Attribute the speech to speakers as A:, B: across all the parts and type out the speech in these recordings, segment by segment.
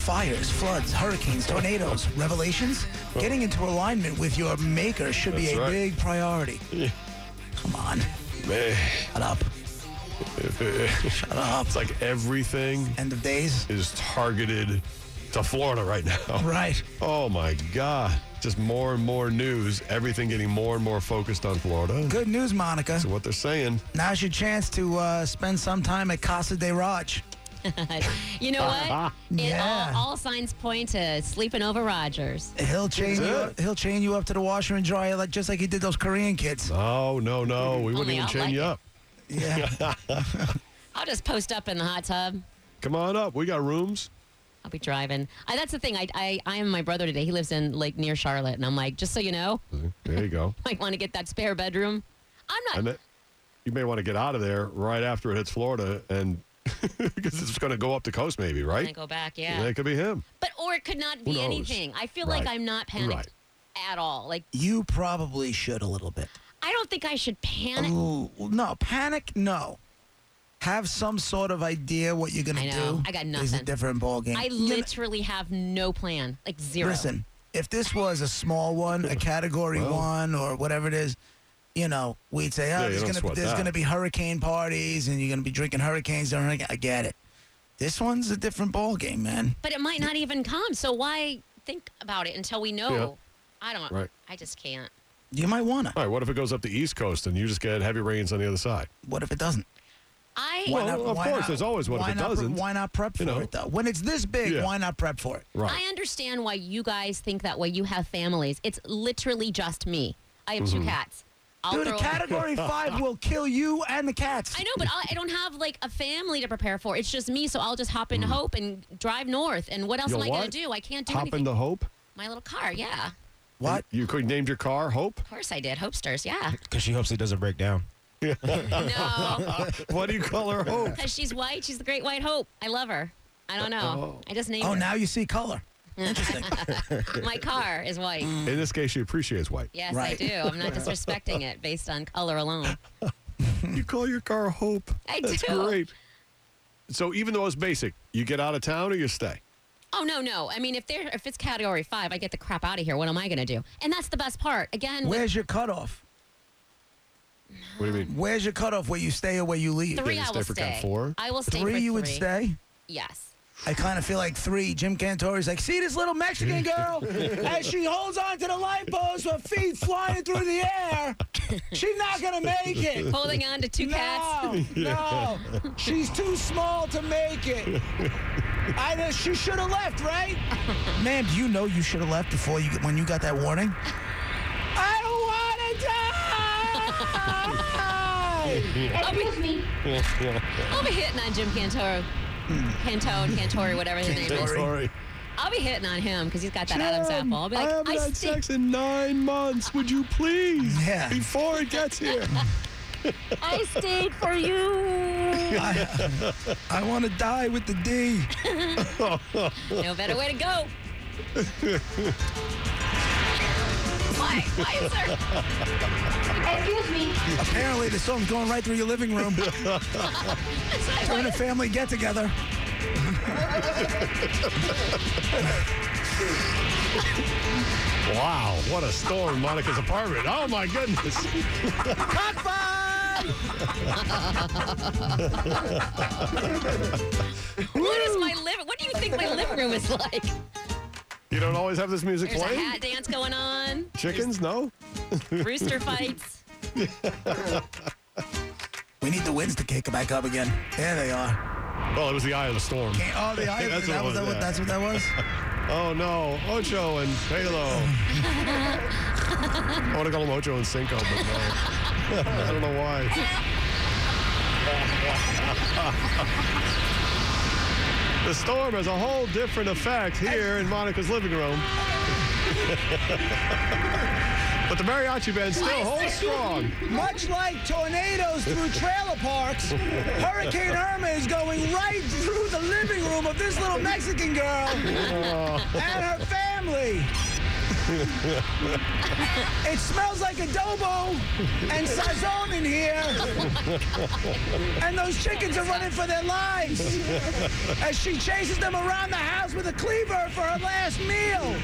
A: Fires, floods, hurricanes, tornadoes, revelations? Getting into alignment with your maker should be
B: That's
A: a
B: right.
A: big priority. Come on,
B: Man,
A: shut up.
B: shut up. It's like everything
A: End of days.
B: is targeted to Florida right now.
A: Right.
B: Oh my God. Just more and more news, everything getting more and more focused on Florida.
A: Good news, Monica.
B: So what they're saying,
A: Now's your chance to uh, spend some time at Casa de Raj.
C: You know
B: Uh-huh.
C: what? It,
A: Yeah.
C: all, all signs point to sleeping over Rogers.
A: He'll chain you.
B: Yeah.
A: Up, he'll chain you up to the washer and dryer, like just like he did those Korean kids.
B: oh, no, no, we wouldn't
C: Only
B: even
C: I'll
B: chain
C: like
B: you
C: it.
B: up.
A: Yeah.
C: I'll just post up in the hot tub.
B: Come on up. We got rooms.
C: I'll be driving. I, that's the thing. I, I I am my brother today. He lives in like near Charlotte, and I'm like, just so you know,
B: There you go.
C: might want to get that spare bedroom. I'm
B: And
C: not.
B: that, you may want to get out of there right after it hits Florida and because it's going to go up the coast maybe,
C: gonna
B: right?
C: go back. Yeah.
B: That could be him.
C: But or it could not
B: knows?
C: be anything. I feel like
B: Right.
C: I'm not panicked
B: Right.
C: at all. Like
A: you probably should a little bit.
C: I don't think I should panic.
B: Um,
A: Ooh, no, panic, no. Have some sort of idea what you're gonna
C: I know.
A: do.
C: I got
A: Is a
C: nothing.
A: different ball game.
C: I literally have no plan. Like zero.
A: Listen, if this was a small one, a category one, or whatever it is, you know, we'd say, oh,
B: Yeah, you
A: there's
B: don't
A: gonna be,
B: sweat
A: there's
B: that.
A: gonna be hurricane parties, and you're gonna be drinking hurricanes during. hurricane- I get it. This one's a different ball game, man.
C: But it might not even come. So why think about it until we know? I don't.
B: Right.
C: I just can't.
A: You might wanna.
B: All right, what if it goes up the East Coast and you just get heavy rains on the other side?
A: What if it doesn't?
C: I
B: Well, of course, there's always one if
A: why
B: it
A: not pre-
B: doesn't.
A: why not prep for
B: You know.
A: it though? When it's this big,
B: Yeah.
A: why not prep for it?
B: Right.
C: I understand why you guys think that way. You have families. It's literally just me. I have two cats. I'll
A: Mm-hmm. Dude, a
C: throw-
A: category five will kill you and the cats.
C: I know, but I, I don't have like a family to prepare for. It's just me, so I'll just hop in
A: Mm-hmm.
C: hope and drive north. And what else
B: You
C: am I
B: what?
C: going to do? I can't do
B: Hop
C: anything.
B: into Hope?
C: My little car, yeah. Of
A: What?
B: You could named your car Hope?
C: course I did. Hopesters, yeah.
D: Because she hopes it doesn't break down.
C: No,
B: Why do you call her Hope?
C: because she's white. She's the great white hope. I love her. I don't know. I just named
A: Oh,
C: her.
A: now you see color. Interesting.
C: My car is white.
B: In this case, she appreciates white.
C: Yes, I
A: Right.
C: do. I'm not disrespecting it based on color alone.
B: You call your car Hope.
C: I
B: That's
C: do.
B: great. So even though it's basic, you get out of town or you stay?
C: Oh no, no. I mean, if they're if it's category five, I get the crap out of here. What am I going to do? And that's the best part. Again, with
A: Where's your cutoff?
B: What do you mean?
A: Where's your cutoff? Where you stay or where you leave?
C: three,
B: you
C: I
B: stay
C: will
B: for
C: stay.
B: count four?
C: I will stay
A: Three,
C: for
A: you would
C: three.
A: stay.
C: Yes.
A: I kind of feel like three. Jim Cantori's like, see this little Mexican girl as she holds on to the light post with feet flying through the air. She's not gonna make it.
C: Holding on to two cats.
A: No, no, she's too small to make it. I know she should have left, right? Ma'am, do you know you should have left before you when you got that warning? I don't want to die.
C: I'll be hitting on Jim Cantoro. Cantone, Cantori, whatever his name is.
B: Sorry.
C: I'll be hitting on him because he's got that Adam's apple. I'll be
B: I
C: like,
B: haven't
C: I,
B: had
C: stink.
B: sex in nine months. Would you please?
A: Yeah.
B: Before it gets here.
C: I stayed for you.
A: I want to die with the D.
C: No better way to go. why? Why is there?
A: Apparently, the song's going right through your living room
C: It's like,
A: during
C: why
A: a
C: is-
A: family get together.
B: Wow, what a storm, Monica's apartment. Oh my goodness.
C: What is my living? What do you think my living room is like?
B: You don't always have this music
C: There's a
B: playing?
C: hat dance going on.
B: Chickens? No?
C: Rooster fights.
A: We need the winds to kick back up again. There they are.
B: Well, it was the eye of the storm.
A: Oh, the island.
B: That's what
A: that
B: it
A: was, that
B: was,
A: was-
B: yeah.
A: that's what that was?
B: Oh no, Ocho and Palo. I want to call him Ocho and Cinco, but no. I don't know why. The storm has a whole different effect here in Monica's living room. but the mariachi band still holds strong.
A: Much like tornadoes through trailer parks, Hurricane Irma is going right through the living room of this little Mexican girl and her family. it smells like adobo and sazon in here. and those chickens are running for their lives as she chases them around the house with a cleaver for her last meal.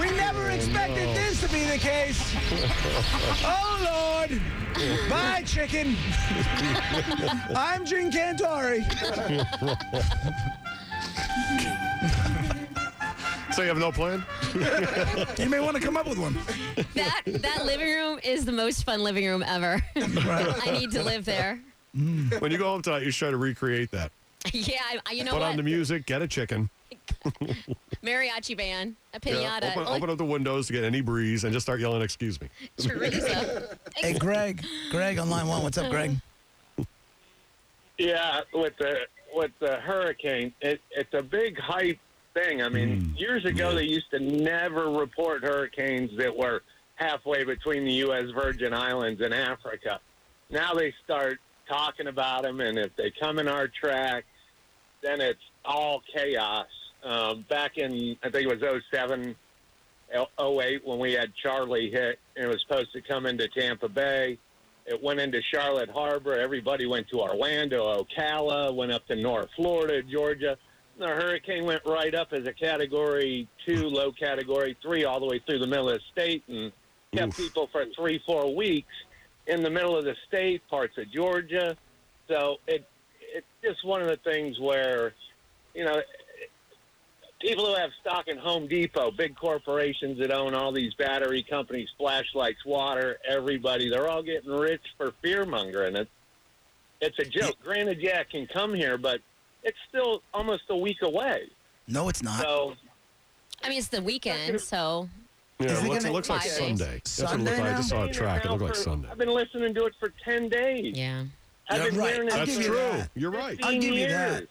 A: we never expected this to be the case. Oh Lord! Bye, chicken. I'm Gene Cantori.
B: So you have no plan?
A: You may want to come up with one.
C: That that living room is the most fun living room ever. I need to live there.
B: When you go home tonight, you should try to recreate that.
C: Yeah, I, I- you know
B: Put
C: what?
B: on the music, get a chicken.
C: Mariachi band, a
B: you know,
C: pinata.
B: open, open up the windows to get any breeze and just start yelling, excuse me.
C: Teresa.
A: Hey, Greg. Greg on line one. What's up, Greg?
D: Yeah, with the with the hurricane, it, it's a big hype thing. I mean, years ago they used to never report hurricanes that were halfway between the U.S. Virgin Islands and Africa. Now they start talking about them, and if they come in our track, then it's all chaos. Um, back in I think it was 07, 08 oh, when we had Charlie hit, and it was supposed to come into Tampa Bay. It went into Charlotte Harbor. Everybody went to Orlando, Ocala, went up to North Florida, Georgia. The hurricane went right up as a category two, low category three, all the way through the middle of the state and kept people for three, four weeks in the middle of the state, parts of Georgia. So it it's just one of the things where, you know, people who have stock in Home Depot, big corporations that own all these battery companies, flashlights, water, everybody, they're all getting rich for fear mongering. It's, it's a joke. Granted, yeah, it can come here, but it's still almost a week away.
A: No, it's not.
D: So
C: I mean, it's the weekend, so
A: Is
B: Yeah, it
A: it
B: looks,
A: gonna-
B: it looks like
C: Five days.
B: Sunday. That's what it
A: Sunday
B: looks like. I just
A: now?
B: saw Oh, a track. It looked like
D: For-
B: Sunday.
D: I've been listening to it for 10 days.
C: yeah.
D: I've
A: You're
D: been
A: right.
D: hearing it
A: I'll
B: That's
D: for
A: give you
B: true.
A: that.
B: You're right.
D: 15
A: give you that.
D: years.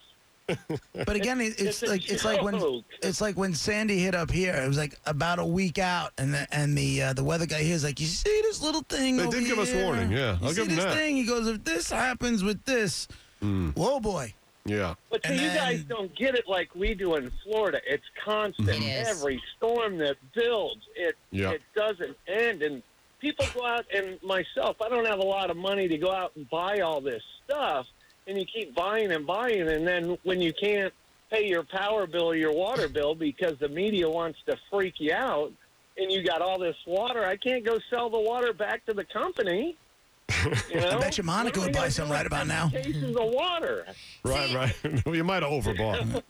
A: But again, it, it's
D: it's a
A: like it's like when
D: joke.
A: it's like when Sandy hit up here. It was like about a week out, and the and the uh, the weather guy here is like, you see this little thing?
B: They
A: over
B: did give us
A: here?
B: warning, yeah.
A: you
B: I'll
A: see
B: give 'em
A: this
B: that." Hmm.
A: thing. He goes, if this happens with this, whoa boy.
B: Yeah.
D: But see,
A: And
D: you guys
A: then-
D: don't get it like we do in Florida. It's constant.
C: It is.
D: Every storm that builds, it
B: Yeah.
D: it doesn't end. And people go out and myself, I don't have a lot of money to go out and buy all this stuff. And you keep buying and buying, and then when you can't pay your power bill or your water bill because the media wants to freak you out, and you got all this water, I can't go sell the water back to the company. You know?
A: bet you Monica
D: What am
A: would
D: I
A: buy
D: gonna
A: some
D: do
A: right
D: with
A: about
D: ten
A: now.
D: Cases of water.
B: Right, right. well, you might have overbought.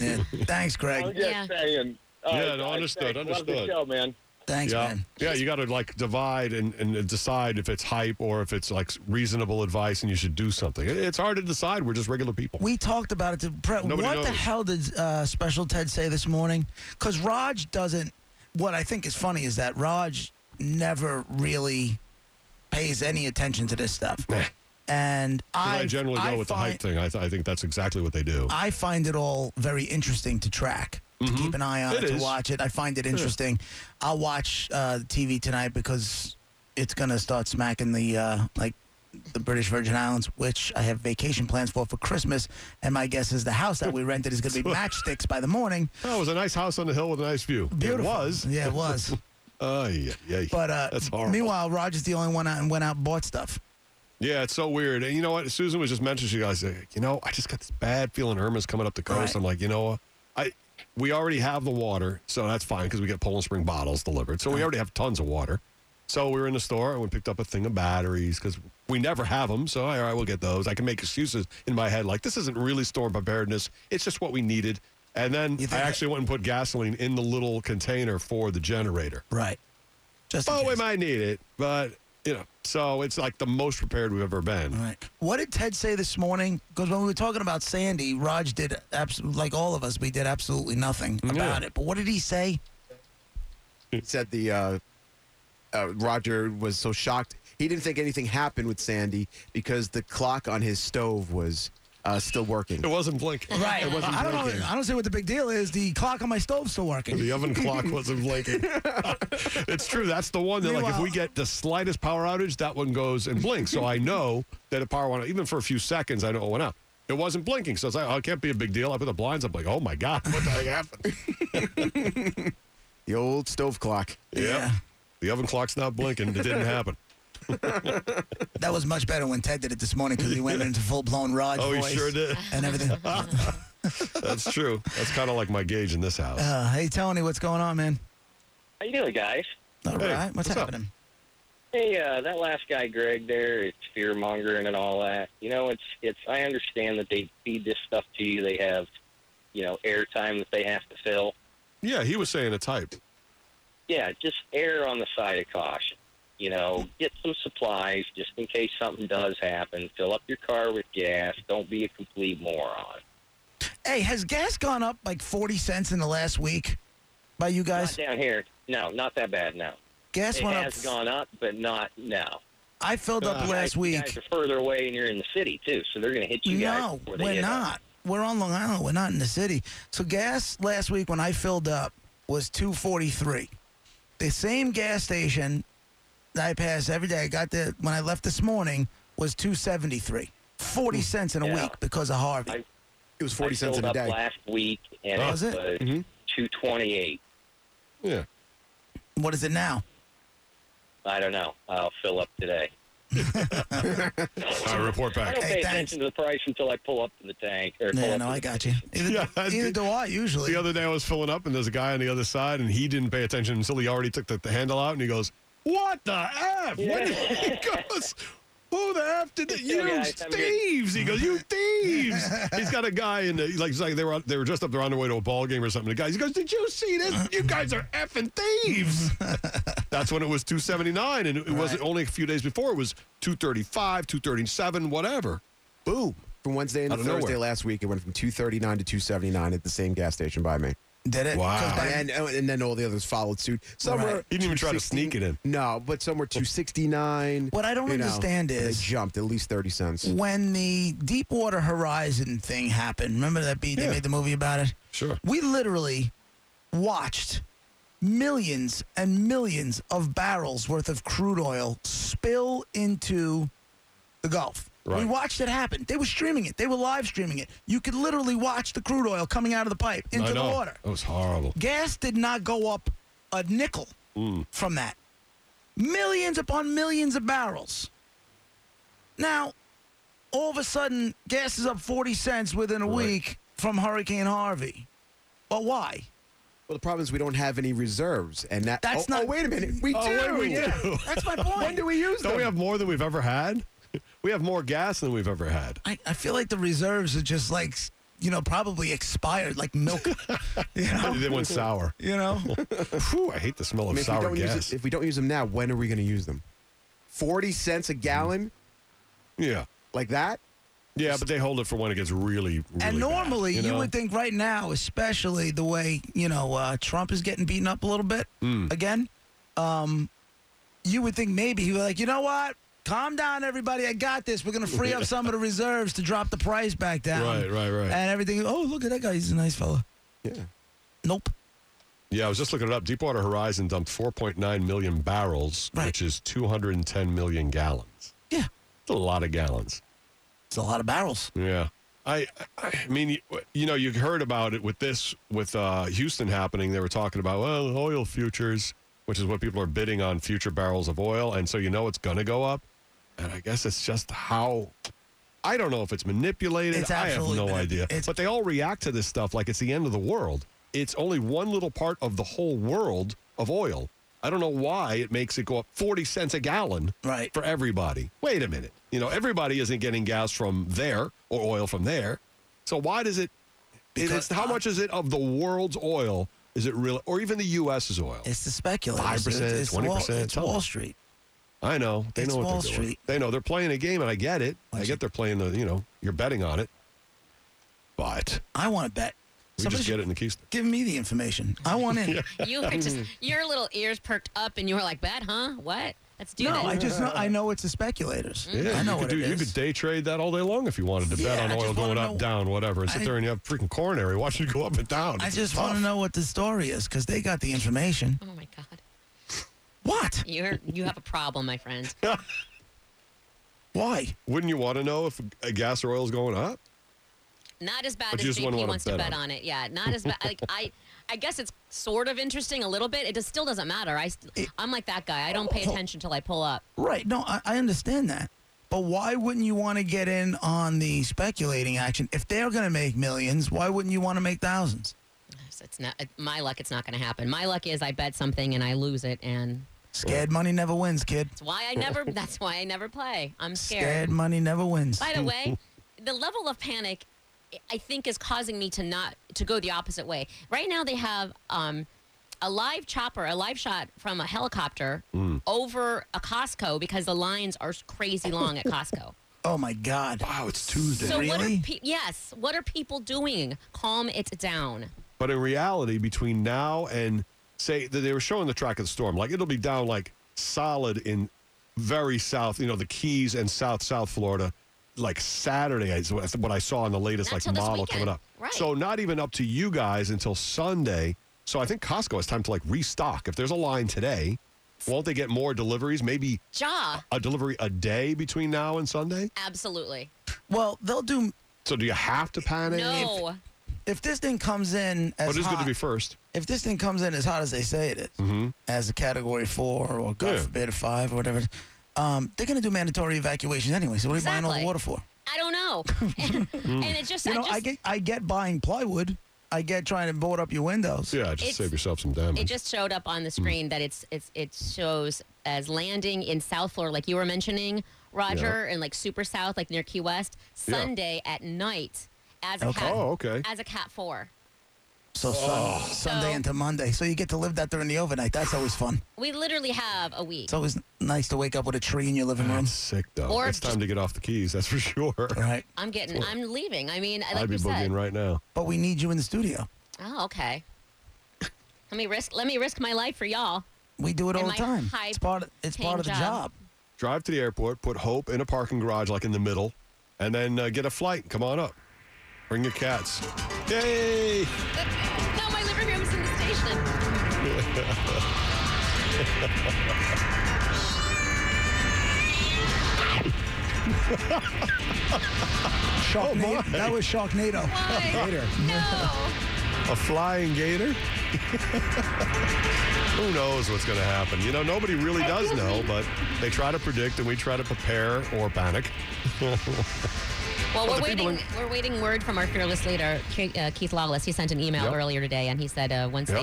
A: Yeah, thanks,
D: I'm
A: Greg.
D: just
C: Yeah.
D: saying.
B: Yeah, no,
D: guys,
B: understood,
D: thanks. Love the
B: understood.
D: show, man.
A: Thanks,
B: yeah.
A: man.
B: Yeah, you got to like divide and, and decide if it's hype or if it's like reasonable advice and you should do something. It- It's hard to decide. We're just regular people.
A: We talked about it. To Brett,
B: Nobody
A: what the
B: knows.
A: hell did uh, Special Ted say this morning? Because Raj doesn't. What I think is funny is that Raj never really pays any attention to this stuff, and I,
B: I, generally go with the
A: find,
B: hype thing. I, th- I think that's exactly what they do.
A: I find it all very interesting to track, to keep an eye on
B: Mm-hmm. It
A: it, to
B: is.
A: watch it. I find it interesting. I'll watch uh, TV tonight because it's gonna start smacking the uh, like the British Virgin Islands, which I have vacation plans for for Christmas. And my guess is the house that we rented is gonna be matchsticks by the morning.
B: oh, it was a nice house on the hill with a nice view.
A: Beautiful.
B: It was.
A: Yeah, it was.
B: Oh, yeah, yeah.
A: But uh,
B: that's horrible.
A: meanwhile, Roger's the only one out and went out and bought stuff.
B: Yeah, it's so weird. And you know what? Susan was just mentioning, she guys, like, you know, I just got this bad feeling Irma's coming up the coast.
A: Right.
B: I'm like, you know what? I we already have the water, so that's fine because we get Poland Spring bottles delivered. So we already have tons of water. So we were in the store and we picked up a thing of batteries because we never have them. So all right, we'll get those. I can make excuses in my head like this isn't really storm preparedness. It's just what we needed. And then
A: You think
B: I
A: that-
B: actually went and put gasoline in the little container for the generator.
A: Right. Just in
B: Oh, we
A: case.
B: might need it, but you know, so it's like the most prepared we've ever been.
A: All right. What did Ted say this morning? Because when we were talking about Sandy, Raj did abs- like all of us. We did absolutely nothing about it. But what did he say?
E: said the uh, uh, Roger was so shocked. He didn't think anything happened with Sandy because the clock on his stove was uh, still working.
B: It wasn't blinking.
A: Right.
B: It wasn't
A: I don't
B: blinking.
A: know. I don't see what the big deal is. The clock on my stove's still working.
B: The oven clock wasn't blinking. it's true. That's the one that, like, if we
A: Meanwhile-
B: get the slightest power outage, that one goes and blinks. So I know that a power went out. Even for a few seconds, I know it went out. It wasn't blinking. So it's like, oh, it can't be a big deal. I put the blinds up, like, oh my God, what the heck happened?
E: The old stove clock.
B: Yeah. The oven clock's not blinking. It didn't happen.
A: That was much better when Ted did it this morning because he went into full blown Raj
B: Oh, he
A: voice
B: sure did.
A: and everything.
B: That's true. That's kind of like my gauge in this house.
A: Uh, hey Tony, what's going on, man?
D: How you doing, guys?
A: All right,
B: Hey,
A: what's,
B: what's up?
A: happening?
D: Hey, uh, that last guy, Greg, there, it's fear mongering and all that. You know, it's it's. I understand that they feed this stuff to you. They have, you know, airtime that they have to fill.
B: yeah, he was saying a type.
D: yeah, just err on the side of caution. You know, get some supplies just in case something does happen. Fill up your car with gas. Don't be a complete moron.
A: Hey, has gas gone up like forty cents in the last week by you
D: Not
A: guys?
D: down here. No, not that bad. No,
A: Gas
D: it
A: went
D: has
A: up.
D: gone up, but not now.
A: I filled up
B: Uh,
A: last
D: You
A: week.
D: guys are further away, and you're in the city too, so they're going to hit you guys.
A: no,
D: before they
A: we're
D: hit us.
A: not. We're on Long Island. We're not in the city. So gas last week when I filled up was two forty three. The same gas station that I pass every day. I got there when I left this morning was two seventy three. Forty cents in a
D: Hmm. Yeah.
A: week because of Harvey.
D: I-
E: It was 40 cents
D: I
E: in
D: filled
E: a
D: up
E: day.
D: last week, and
B: Oh,
D: it
A: is
D: was
A: it?
D: two twenty eight.
B: Yeah.
A: what is it now?
D: I don't know. I'll fill up today.
B: I report
D: I
B: back.
D: don't
A: Hey,
D: pay
A: thanks.
D: attention to the price until I pull up to the tank. Or pull
A: Yeah,
D: up
A: no,
D: to
A: I
D: the
A: got you. Either,
B: Yeah, I
A: either
B: did.
A: do I usually.
B: The other day I was filling up, and there's a guy on the other side, and he didn't pay attention until he already took the, the handle out, and he goes, "What the f?" What the- he goes, "Who the f did that?
D: Yeah,
B: You
D: guys, I'm good."
B: thieves!" He goes, "You thieves!" He's got a guy in the he's like, he's like they were out- they were just up there on their way to a ball game or something. The guy he goes, "Did you see this? You guys are effing thieves!" That's when it was two seventy nine, and it wasn't only a few days before. It was two thirty five, two thirty seven, whatever.
E: Boom. From Wednesday into
B: Out of nowhere.
E: Thursday last week, it went from 239 to 279 at the same gas station by me.
A: Did it?
B: Wow.
A: 'Cause by-
E: And, uh, and then all the others followed suit. Some
A: Right.
E: were
B: He didn't even try to
E: 216
B: sneak it in.
E: No, but some were 269.
A: What I don't
E: you know,
A: understand
E: and
A: is-
E: they jumped at least 30 cents.
A: when the Deepwater Horizon thing happened, remember that beat they
B: Yeah.
A: made the movie about it?
B: Sure.
A: We literally watched millions and millions of barrels worth of crude oil spill into the Gulf. We
B: Right.
A: watched it happen. They were streaming it. They were live streaming it. You could literally watch the crude oil coming out of the pipe
B: I
A: into the
B: know.
A: water.
B: That was horrible.
A: Gas did not go up a nickel
E: Mm.
A: from that. Millions upon millions of barrels. Now, all of a sudden, gas is up 40 cents within a
B: Right.
A: week from Hurricane Harvey. But why?
E: Well, the problem is we don't have any reserves, and that.
A: That's
E: oh,
A: not-
E: Oh, wait a minute. We
B: Oh,
E: do.
B: wait, we do.
A: That's my point.
E: When do we use
B: Don't
E: them?
B: we have more than we've ever had? We have more gas than we've ever had.
A: I, I feel like the reserves are just like, you know, probably expired, like milk. you know?
B: They went sour.
A: You know?
B: Whew, I hate the smell
E: Oh, I
B: of
E: mean, if, we
B: sour
E: don't use
B: gas.
E: it, if we don't use them now, when are we going to use them? 40 cents a gallon
B: yeah.
E: like that?
B: Yeah, but they hold it for when it gets really, really
A: and normally,
B: bad,
A: you,
B: know?
A: would think right now, especially the way you know uh, Trump is getting beaten up a little bit
B: Hmm.
A: again, um, you would think maybe he was like, you know what? Calm down, everybody. I got this. We're gonna free up some of the reserves to drop the price back down.
B: Right, right, right.
A: And everything. Oh, look at that guy. He's a nice fella.
E: Yeah.
A: Nope.
B: Yeah, I was just looking it up. Deepwater Horizon dumped 4.9 million barrels,
A: Right.
B: which is 210 million gallons.
A: Yeah,
B: That's a lot of gallons.
A: it's a lot of barrels.
B: Yeah. I, I mean, you, you know, you heard about it with this, with uh, Houston happening. They were talking about, well, oil futures, which is what people are bidding on future barrels of oil. And so you know it's going to go up. And I guess it's just how. I don't know if it's manipulated.
A: It's
B: I have
A: absolutely
B: no
A: manip-
B: idea.
A: it's-
B: but they all react to this stuff like it's the end of the world. It's only one little part of the whole world of oil. I don't know why it makes it go up 40 cents a gallon
A: Right.
B: for everybody. Wait a minute. You know, everybody isn't getting gas from there or oil from there. So why does it? it-
A: Because-
B: it's, how much is it of the world's oil? Is it really, or even the U.S.'s oil?
A: It's the speculators.
B: 5%,
A: It's- it's Wall-
B: 20%,
A: It's
B: tell 'em.
A: Wall Street.
B: I know they
A: it's
B: know what
A: Wall
B: they're doing.
A: Street.
B: They know they're playing a game, and I get it. I
A: Once you-
B: get they're playing the. You know, you're betting on it, but
A: I want to bet.
B: we
A: Somebody
B: just get
A: should
B: it in the keister.
A: Give me the information. I want in.
C: You were just your little ears perked up, and you were like, "Bad, huh? What? Let's do
A: no,
C: this.
A: I just know, I know it's the speculators.
B: Yeah,
A: Mm-hmm. I know
B: you could
A: what
B: do.
A: it
B: You
A: is.
B: could day trade that all day long if you wanted to bet
A: Yeah,
B: on
A: I
B: oil
A: just wanna
B: going up,
A: know-
B: down, whatever, and sit
A: I-
B: there and you have freaking coronary watching it go up and down.
A: I
B: It's
A: just
B: tough.
A: want to know what the story is because they got the information.
C: oh my god,
A: What?
C: you're you have a problem, my friend.
A: Why?
B: Wouldn't you want to know if uh, gas or oil's going up?
C: Not as bad
B: But you
C: as
B: just wouldn't
C: JP
B: wanna
C: wants to
B: bet
C: bet
B: on
C: on it. Yeah, not as bad. like I, I guess it's sort of interesting a little bit. It just still doesn't matter. I, st- I'm like that guy. I don't pay
B: Oh.
C: attention till I pull up.
A: Right. No, I, I understand that. But why wouldn't you want to get in on the speculating action? If they're going to make millions, why wouldn't you want to make thousands?
C: So it's not my luck. It's not going to happen. My luck is I bet something and I lose it, and
A: Scared money never wins, kid.
C: that's why I never. that's why I never play. I'm scared.
A: Scared money never wins.
C: By the way, the level of panic, I think, is causing me to not to go the opposite way. Right now, they have um, a live chopper, a live shot from a helicopter over a Costco because the lines are crazy long at Costco.
A: Oh my God.
B: Wow, it's Tuesday.
C: So what
A: Really?
C: are pe- yes? What are people doing? Calm it down.
B: But in reality, between now and say that they were showing the track of the storm, like it'll be down like solid in very south, you know, the Keys and South South Florida, like Saturday is what what I saw in the latest
C: Not till
B: like
C: this
B: model
C: weekend.
B: coming up.
C: Right.
B: So not even up to you guys until Sunday. So I think Costco has time to like restock. If there's a line today, won't they get more deliveries? Maybe
C: Ja,
B: a delivery a day between now and Sunday.
C: absolutely.
A: Well, they'll do.
B: So do you have to panic?
C: No,
A: If this thing comes in as
B: But it's
A: hot,
B: good to be first.
A: if this thing comes in as hot as they say it is, as a category four or God
B: Mm-hmm. Yeah.
A: forbid a five or whatever, it is, um, they're going to do mandatory evacuations anyway. So what are you buying all the
C: Exactly.
A: water for?
C: I don't know. and, it just,
A: You
C: I
A: know,
C: just
A: I get I get buying plywood. I get trying to board up your windows.
B: Yeah, just
C: It's-
B: save yourself some damage.
C: It just showed up on the screen that it's it's it shows as landing in South Florida, like you were mentioning, Roger, and like super south, like near Key West,
B: Yeah.
C: Sunday at night as a
A: Okay.
C: cat.
B: Oh, okay.
C: As a cat four.
A: So sun,
B: Oh.
A: Sunday
C: So-
A: into Monday. So you get to live that during the overnight. That's always fun.
C: We literally have a week.
A: It's always nice to wake up with a tree in your living room.
B: That's sick though.
C: Or
B: it's
C: just-
B: time to get off the keys. That's for sure.
A: Right.
C: I'm getting. I'm leaving. I mean, like
B: I'd be
C: you said.
B: boogieing right now.
A: But we need you in the studio.
C: Oh, okay. let me risk. Let me risk my life for y'all.
A: We do it all
C: And
A: the
C: my
A: time. It's part of, it's part of the
C: high-paying
A: job.
C: job.
B: Drive to the airport, put Hope in a parking garage like in the middle, and then uh, get a flight. Come on up. Bring your cats. Yay!
C: No, my living room's in the station.
A: Sharknado.
B: Oh,
A: that was Sharknado.
C: Why? No.
B: A flying gator? Who knows what's going to happen? You know, nobody really does know, but they try to predict and we try to prepare or panic.
C: Well, we're
B: the people
C: waiting. We're waiting word from our fearless leader, Ke- uh, Keith Lawless. He sent an email
B: Yep.
C: earlier today, and he said uh, once
B: Yep.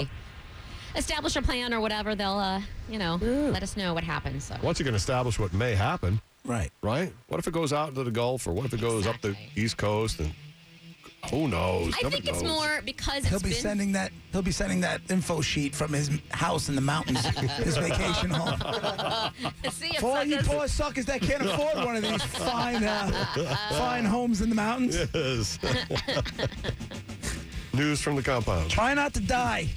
C: they establish a plan or whatever, they'll, uh, you know, let us know what happens. So
B: Once you can establish what may happen,
A: Right.
B: right? What if it goes out into the Gulf or what if it goes up the
C: Exactly.
B: East Coast? And who knows?
C: I
B: Nobody
C: think it's
B: knows.
C: more because
A: He'll
C: it's
A: be
C: been.
A: sending that. He'll be sending that info sheet from his house in the mountains, his vacation home.
C: see if
A: For all you
C: suckers-
A: poor suckers that can't afford one of these fine, uh, fine homes in the mountains,
B: Yes. News from the compound.
A: try not to die.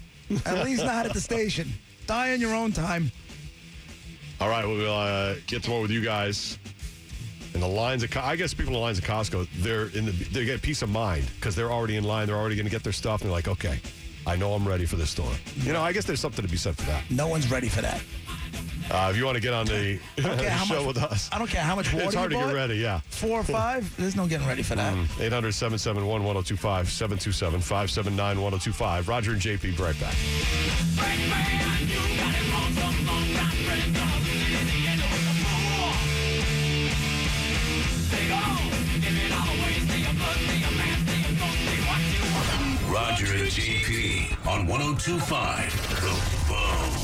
A: At least not at the station. Die on your own time.
B: All right, we'll uh, get to more with you guys. And the lines of, Co- I guess people in the lines of Costco, they're in the, they get peace of mind because they're already in line. They're already going to get their stuff. And they're like, okay, I know I'm ready for this store. You know, I guess there's something to be said for that.
A: No one's ready for that.
B: Uh, if you want to get on the,
A: Okay, how
B: show
A: much-
B: with us,
A: I don't care how much water
B: it's hard
A: you
B: to get
A: bought,
B: ready. Mm. Yeah.
A: Four or five. There's no getting ready for that.
B: 800 771 1025 727 579 1025. Roger and JP, be right back.
F: Roger and JP on 1025 The Bone.